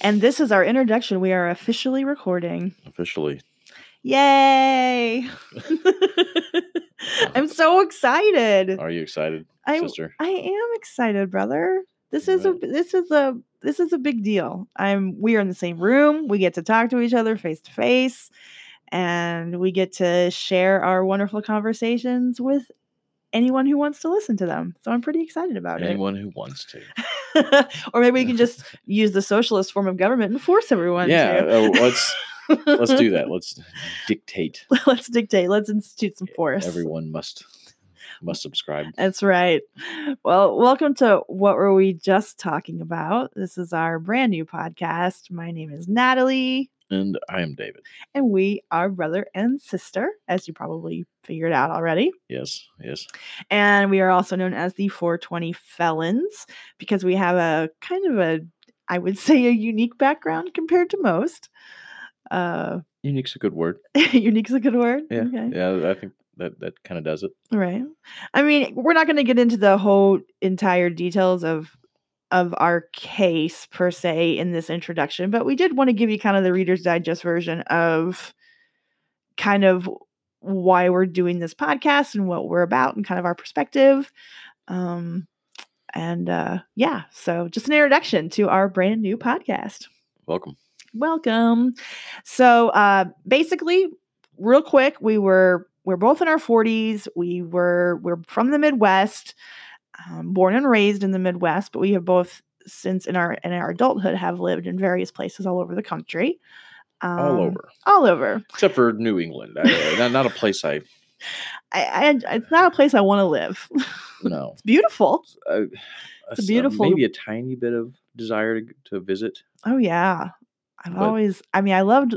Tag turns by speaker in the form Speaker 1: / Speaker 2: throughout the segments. Speaker 1: And this is our introduction. We are officially recording.
Speaker 2: Officially.
Speaker 1: Yay! I'm so excited.
Speaker 2: Are you excited,
Speaker 1: I
Speaker 2: sister?
Speaker 1: I am excited, brother. This is a
Speaker 2: Right.
Speaker 1: this is a this is a big deal. I'm we are in the same room. We get to talk to each other face to face and we get to share our wonderful conversations with anyone who wants to listen to them. So I'm pretty excited about it.
Speaker 2: Anyone who wants to.
Speaker 1: or maybe we can just use the socialist form of government and force everyone
Speaker 2: yeah,
Speaker 1: to.
Speaker 2: uh, let's let's do that. Let's dictate.
Speaker 1: let's dictate. Let's institute some force.
Speaker 2: E-, Everyone must must subscribe.
Speaker 1: That's right. Well, welcome to What Were We Just Talking About? This is our brand new podcast. My name is Natalie,
Speaker 2: And I am David.
Speaker 1: and we are brother and sister, as you probably figured out already.
Speaker 2: Yes, yes.
Speaker 1: And we are also known as the 420 Felons because we have a kind of a, I would say, a unique background compared to most. Uh,
Speaker 2: Unique's a good word.
Speaker 1: Unique's a good word.
Speaker 2: Yeah.
Speaker 1: Okay.
Speaker 2: Yeah, I think that that kind of does it.
Speaker 1: Right. I mean, we're not going to get into the whole entire details of of our case per se in this introduction, but we did want to give you kind of the Reader's Digest version of kind of why we're doing this podcast and what we're about and kind of our perspective. Um and uh yeah, so just an introduction to our brand new podcast.
Speaker 2: Welcome.
Speaker 1: Welcome. So uh basically, real quick, we were we're both in our 40s. We were we're from the Midwest, um, born and raised in the Midwest, but we have both since in our in our adulthood have lived in various places all over the country. Um,
Speaker 2: All over.
Speaker 1: All over.
Speaker 2: Except for New England. I, uh, not, not a place I
Speaker 1: I, I it's not a place I want to live.
Speaker 2: no.
Speaker 1: it's beautiful.
Speaker 2: I,
Speaker 1: a beautiful-
Speaker 2: uh, maybe a tiny bit of desire to, to visit.
Speaker 1: Oh yeah. I've
Speaker 2: But-
Speaker 1: always I mean I loved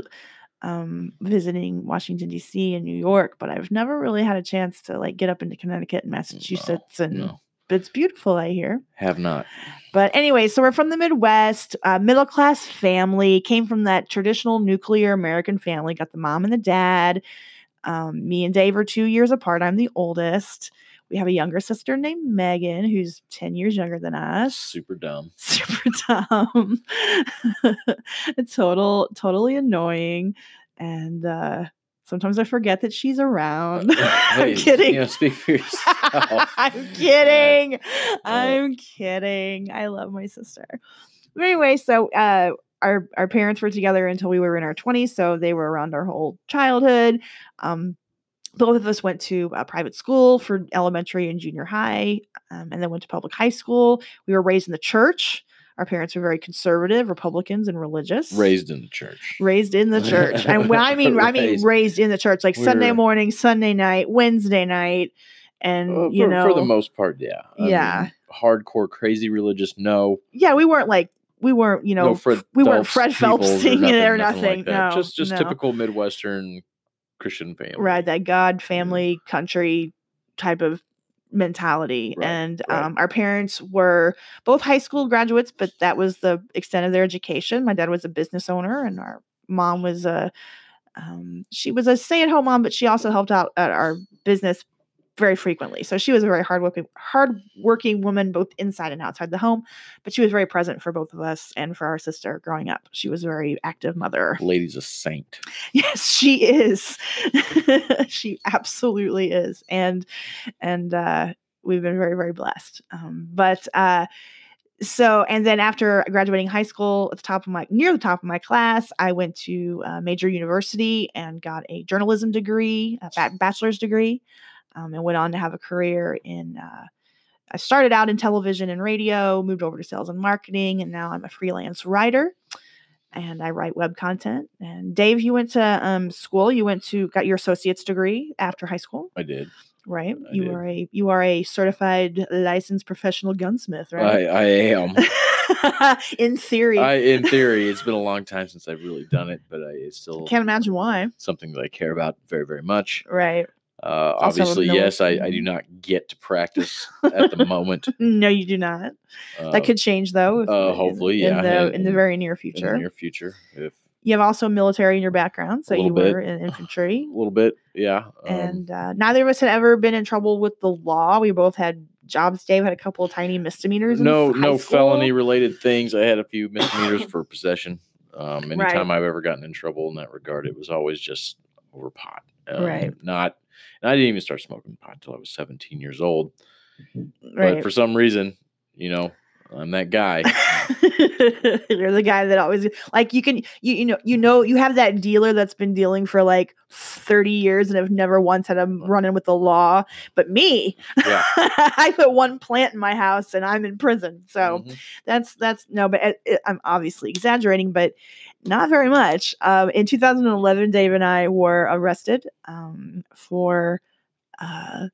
Speaker 1: um visiting Washington DC and New York, but I've never really had a chance to like get up into Connecticut and Massachusetts and
Speaker 2: No.
Speaker 1: but it's beautiful I hear.
Speaker 2: Have not.
Speaker 1: But anyway, so we're from the Midwest, uh, middle class family, came from that traditional nuclear American family, got the mom and the dad. Um, me and Dave are two years apart. I'm the oldest. We have a younger sister named Megan, who's 10 years younger than us
Speaker 2: Super dumb.
Speaker 1: super dumb total totally annoying and uh sometimes i forget that she's around i'm
Speaker 2: Hey,
Speaker 1: kidding
Speaker 2: You know, speak for yourself.
Speaker 1: i'm kidding
Speaker 2: Alright.
Speaker 1: i'm kidding i love my sister but anyway so uh our, our parents were together until we were in our 20s so they were around our whole childhood um both of us went to a private school for elementary and junior high um, and then went to public high school we were raised in the church our parents were very conservative republicans and religious
Speaker 2: Raised in the church.
Speaker 1: raised in the church and when i mean i mean
Speaker 2: Raised.
Speaker 1: raised in the church like sunday
Speaker 2: We're-
Speaker 1: morning sunday night wednesday night and
Speaker 2: Uh, for,
Speaker 1: you know
Speaker 2: for the most part, yeah. I
Speaker 1: Yeah.
Speaker 2: mean, hardcore, crazy religious, no.
Speaker 1: yeah we weren't like we weren't you know
Speaker 2: no Fred
Speaker 1: we weren't
Speaker 2: Phelps
Speaker 1: fred
Speaker 2: Peebles
Speaker 1: phelpsing it or
Speaker 2: like
Speaker 1: nothing,
Speaker 2: that.
Speaker 1: no
Speaker 2: just just
Speaker 1: no.
Speaker 2: typical Midwestern Christian family. Mm-hmm.
Speaker 1: right that god family country type of mentality
Speaker 2: Right,
Speaker 1: and
Speaker 2: right.
Speaker 1: um, our parents were both high school graduates but that was the extent of their education my dad was a business owner and our mom was a um, she was a stay-at-home mom but she also helped out at our business very frequently so she was a very hardworking hardworking woman both inside and outside the home but she was very present for both of us and for our sister growing up she was a very active mother
Speaker 2: Lady's a saint.
Speaker 1: Yes, she is. she absolutely is. And and uh we've been very very blessed. Um but uh so and then after graduating high school at the top of my near the top of my class i went to uh, major university and got a journalism degree a ba- bachelor's degree um, and went on to have a career in uh, i started out in television and radio moved over to sales and marketing and now i'm a freelance writer and I write web content. And Dave, you went to um, school. You went to got your associate's degree after high school,
Speaker 2: I did.
Speaker 1: right?
Speaker 2: I
Speaker 1: you
Speaker 2: did.
Speaker 1: are a you are a certified licensed professional gunsmith, right?
Speaker 2: I, I am.
Speaker 1: In theory,
Speaker 2: I, in theory, it's been a long time since I've really done it, but I it's still
Speaker 1: can't imagine why,
Speaker 2: something that I care about very, very much.
Speaker 1: right?
Speaker 2: Uh,
Speaker 1: Also have
Speaker 2: obviously,
Speaker 1: no-
Speaker 2: yes, I, I do not get to practice at the moment.
Speaker 1: No, you do not.
Speaker 2: Uh,
Speaker 1: that could change though. if-
Speaker 2: uh,
Speaker 1: in-
Speaker 2: hopefully,
Speaker 1: in
Speaker 2: yeah,
Speaker 1: the
Speaker 2: and-
Speaker 1: in the
Speaker 2: and-
Speaker 1: very near
Speaker 2: in the
Speaker 1: future.
Speaker 2: near future, if
Speaker 1: you have also military in your background, so you
Speaker 2: little bit.
Speaker 1: were in infantry.
Speaker 2: a little bit, yeah. um,
Speaker 1: and uh, neither of us had ever been in trouble with the law. We both had jobs. Dave had a couple of tiny misdemeanors. in
Speaker 2: No,
Speaker 1: high
Speaker 2: no
Speaker 1: school.
Speaker 2: felony related things. I had a few misdemeanors for possession. Um,
Speaker 1: Right.
Speaker 2: anytime I've ever gotten in trouble in that regard, it was always just over pot. Um,
Speaker 1: Right.
Speaker 2: Not, and I didn't even start smoking pot until I was 17 years old.
Speaker 1: Right.
Speaker 2: But for some reason, you know, I'm that guy.
Speaker 1: You're the guy that always like you can you you know you know you have that dealer that's been dealing for like 30 years and have never once had a run in with the law. But me,
Speaker 2: Yeah.
Speaker 1: I put one plant in my house and I'm in prison. So
Speaker 2: Mhm.
Speaker 1: that's that's no, but it, it- I'm obviously exaggerating, but not very much. Um, in 2011, Dave and I were arrested um, for uh,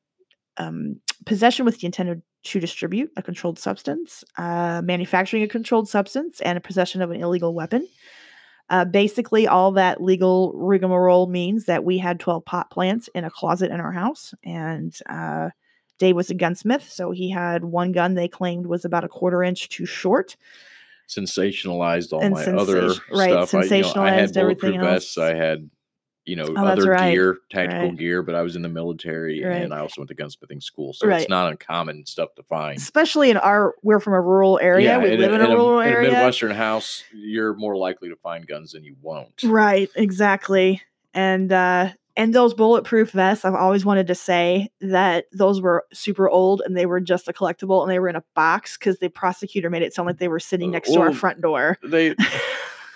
Speaker 1: um, possession with the intent to distribute a controlled substance, uh, manufacturing a controlled substance, and a possession of an illegal weapon. Uh, basically, all that legal rigmarole means that we had 12 pot plants in a closet in our house, and uh, Dave was a gunsmith, so he had one gun they claimed was about a quarter inch too short.
Speaker 2: sensationalized all
Speaker 1: And
Speaker 2: my other
Speaker 1: sensation- right,
Speaker 2: stuff. I, you know, I had
Speaker 1: sensationalized everything
Speaker 2: bulletproof vests.
Speaker 1: else.
Speaker 2: I had, you know,
Speaker 1: Oh, that's
Speaker 2: other
Speaker 1: right,
Speaker 2: gear, tactical
Speaker 1: right.
Speaker 2: gear, but I was in the military
Speaker 1: Right.
Speaker 2: and I also went to gunsmithing school. So
Speaker 1: Right.
Speaker 2: it's not uncommon stuff to find.
Speaker 1: Especially in our, we're from a rural area. we live in a, rural
Speaker 2: In a
Speaker 1: area.
Speaker 2: Midwestern house, you're more likely to find guns than you won't.
Speaker 1: Right, exactly. And uh and those bulletproof vests, I've always wanted to say that those were super old and they were just a collectible and they were in a box because the prosecutor made it sound like they were sitting
Speaker 2: Uh,
Speaker 1: next to our
Speaker 2: well,
Speaker 1: front door.
Speaker 2: They,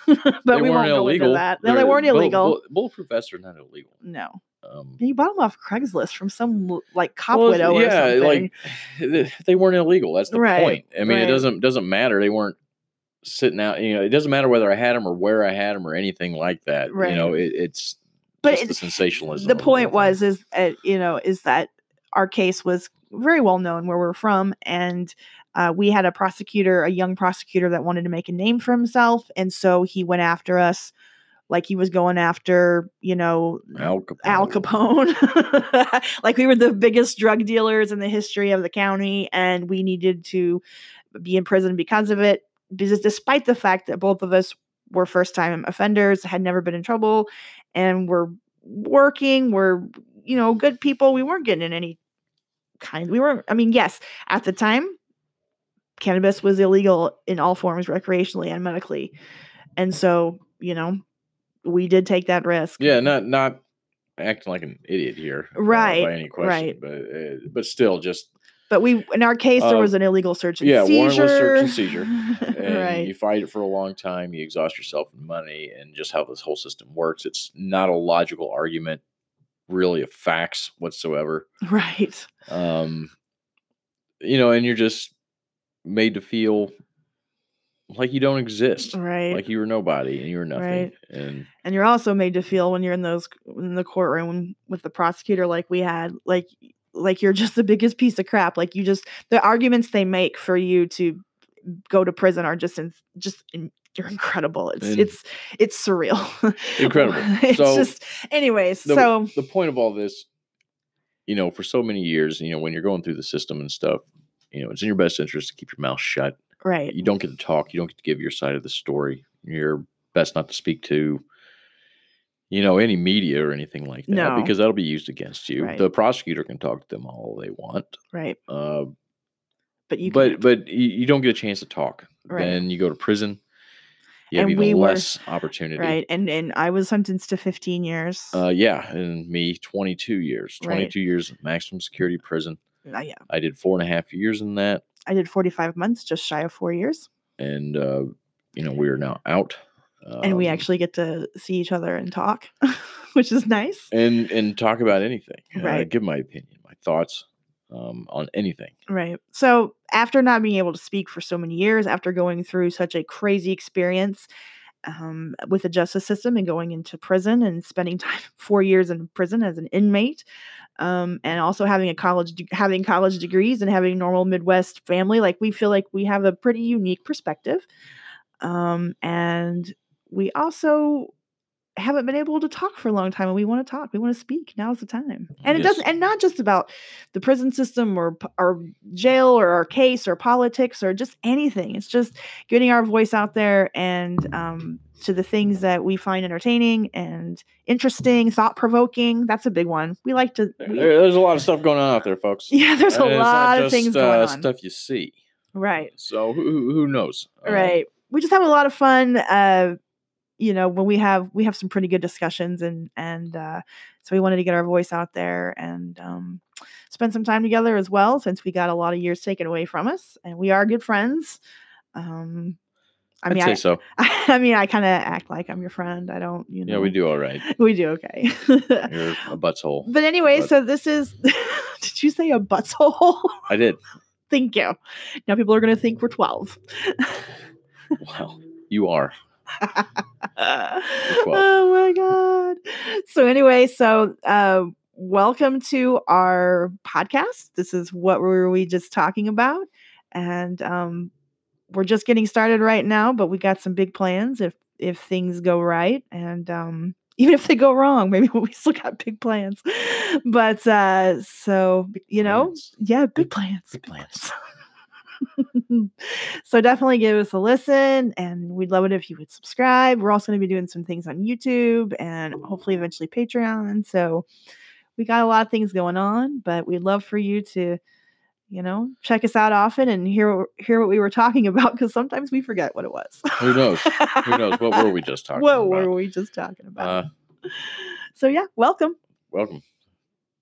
Speaker 1: but
Speaker 2: they
Speaker 1: we won't
Speaker 2: weren't illegal.
Speaker 1: go into that. No, they
Speaker 2: They're-
Speaker 1: weren't
Speaker 2: bull-
Speaker 1: illegal.
Speaker 2: bull- bulletproof vests are not illegal.
Speaker 1: no.
Speaker 2: Um,
Speaker 1: And you bought them off Craigslist from some l- like cop
Speaker 2: Well,
Speaker 1: widow or something.
Speaker 2: like th- they weren't illegal. That's the
Speaker 1: Right,
Speaker 2: point. I mean,
Speaker 1: right.
Speaker 2: it doesn't doesn't matter. They weren't sitting out. You know, it doesn't matter whether I had them or where I had them or anything like that.
Speaker 1: Right.
Speaker 2: You know, it, it's
Speaker 1: But
Speaker 2: just
Speaker 1: it-
Speaker 2: the sensationalism.
Speaker 1: the
Speaker 2: of
Speaker 1: point
Speaker 2: whole thing.
Speaker 1: was is uh, you know is that our case was very well known where we're from and uh, we had a prosecutor a young prosecutor that wanted to make a name for himself and so he went after us like he was going after you know
Speaker 2: Al Capone.
Speaker 1: Al Capone. like we were the biggest drug dealers in the history of the county, and we needed to be in prison because of it. Because despite the fact that both of us were first time offenders, had never been in trouble, and were working, were, you know, good people, we weren't getting in any kind. We weren't, I mean, yes, at the time, cannabis was illegal in all forms, recreationally and medically. And so, you know, we did take that risk.
Speaker 2: Yeah, not not acting like an idiot here. uh,
Speaker 1: Right,
Speaker 2: by any question.
Speaker 1: right.
Speaker 2: But uh, but still, just
Speaker 1: But we, in our case, there
Speaker 2: Uh,
Speaker 1: was an illegal search and
Speaker 2: yeah,
Speaker 1: seizure.
Speaker 2: warrantless search and seizure. and
Speaker 1: right.
Speaker 2: you fight it for a long time, you exhaust yourself in money, and just how this whole system works. It's not a logical argument, really, of facts whatsoever.
Speaker 1: right.
Speaker 2: Um, you know, and you're just made to feel like you don't exist,
Speaker 1: Right.
Speaker 2: like you were nobody and you were nothing.
Speaker 1: Right.
Speaker 2: And
Speaker 1: and you're also made to feel when you're in those in the courtroom with the prosecutor like we had like like you're just the biggest piece of crap like you just the arguments they make for you to go to prison are just in, just in, you're incredible it's
Speaker 2: And-
Speaker 1: it's it's surreal
Speaker 2: Incredible.
Speaker 1: it's
Speaker 2: So,
Speaker 1: just anyways
Speaker 2: the-
Speaker 1: so
Speaker 2: the point of all this, you know, for so many years, you know, when you're going through the system and stuff, you know, it's in your best interest to keep your mouth shut.
Speaker 1: right
Speaker 2: you don't get to talk you don't get to give your side of the story you're best not to speak to you know any media or anything like that
Speaker 1: No.
Speaker 2: because that'll be used against you
Speaker 1: Right.
Speaker 2: the prosecutor can talk to them all they want
Speaker 1: right
Speaker 2: uh,
Speaker 1: but you
Speaker 2: but
Speaker 1: can't.
Speaker 2: but you, you don't get a chance to talk
Speaker 1: Right.
Speaker 2: then you go to prison you have
Speaker 1: And
Speaker 2: even
Speaker 1: we were-
Speaker 2: less opportunity
Speaker 1: right and and i was sentenced to 15 years
Speaker 2: uh, yeah and me 22 years
Speaker 1: Right.
Speaker 2: 22 years of maximum security prison
Speaker 1: Uh, yeah
Speaker 2: i did four and a half years in that
Speaker 1: i did 45 months just shy of four years
Speaker 2: and uh, you know we are now out
Speaker 1: and we
Speaker 2: Um,
Speaker 1: actually get to see each other and talk which is nice
Speaker 2: and and talk about anything. uh,
Speaker 1: Right.
Speaker 2: give my opinion, my thoughts um, on anything.
Speaker 1: Right. So, after not being able to speak for so many years, after going through such a crazy experience um, with the justice system and going into prison and spending time four years in prison as an inmate, um, and also having a college de- having college degrees and having a normal Midwest family, like we feel like we have a pretty unique perspective, um, and we also haven't been able to talk for a long time and we want to talk we want to speak now's the time and it
Speaker 2: Yes.
Speaker 1: doesn't and not just about the prison system or p- our jail or our case or politics or just anything it's just getting our voice out there and um, to the things that we find entertaining and interesting thought-provoking that's a big one we like to
Speaker 2: There-
Speaker 1: we-
Speaker 2: there's a lot of stuff going on out there, folks.
Speaker 1: yeah there's a
Speaker 2: And it's not
Speaker 1: lot of
Speaker 2: just,
Speaker 1: things
Speaker 2: uh,
Speaker 1: going on
Speaker 2: Stuff you see.
Speaker 1: right
Speaker 2: So who- who, who knows? Um,
Speaker 1: right we just have a lot of fun uh you know when we have we have some pretty good discussions and and uh so we wanted to get our voice out there and um spend some time together as well since we got a lot of years taken away from us and we are good friends um i
Speaker 2: I'd
Speaker 1: mean
Speaker 2: say
Speaker 1: I,
Speaker 2: so.
Speaker 1: I, mean i kind of act like i'm your friend i don't you know
Speaker 2: Yeah, we do all right.
Speaker 1: we do okay
Speaker 2: You're a butthole.
Speaker 1: but anyway
Speaker 2: But-
Speaker 1: so this is did you say a butthole
Speaker 2: I did.
Speaker 1: thank you now people are going to think we're 12
Speaker 2: Wow. You are.
Speaker 1: oh my god so anyway so uh, welcome to our podcast this is what were we just talking about and um, we're just getting started right now but we got some big plans if if things go right and um, even if they go wrong maybe we still got big plans but uh so you know
Speaker 2: Plants.
Speaker 1: yeah big plans big plans so definitely give us a listen and we'd love it if you would subscribe we're also going to be doing some things on youtube and hopefully eventually patreon so we got a lot of things going on but we'd love for you to you know check us out often and hear hear what we were talking about because sometimes we forget what it was
Speaker 2: Who knows? Who knows? What were we just talking
Speaker 1: what
Speaker 2: about?
Speaker 1: Uh, were we just talking about
Speaker 2: Uh,
Speaker 1: so yeah welcome
Speaker 2: welcome.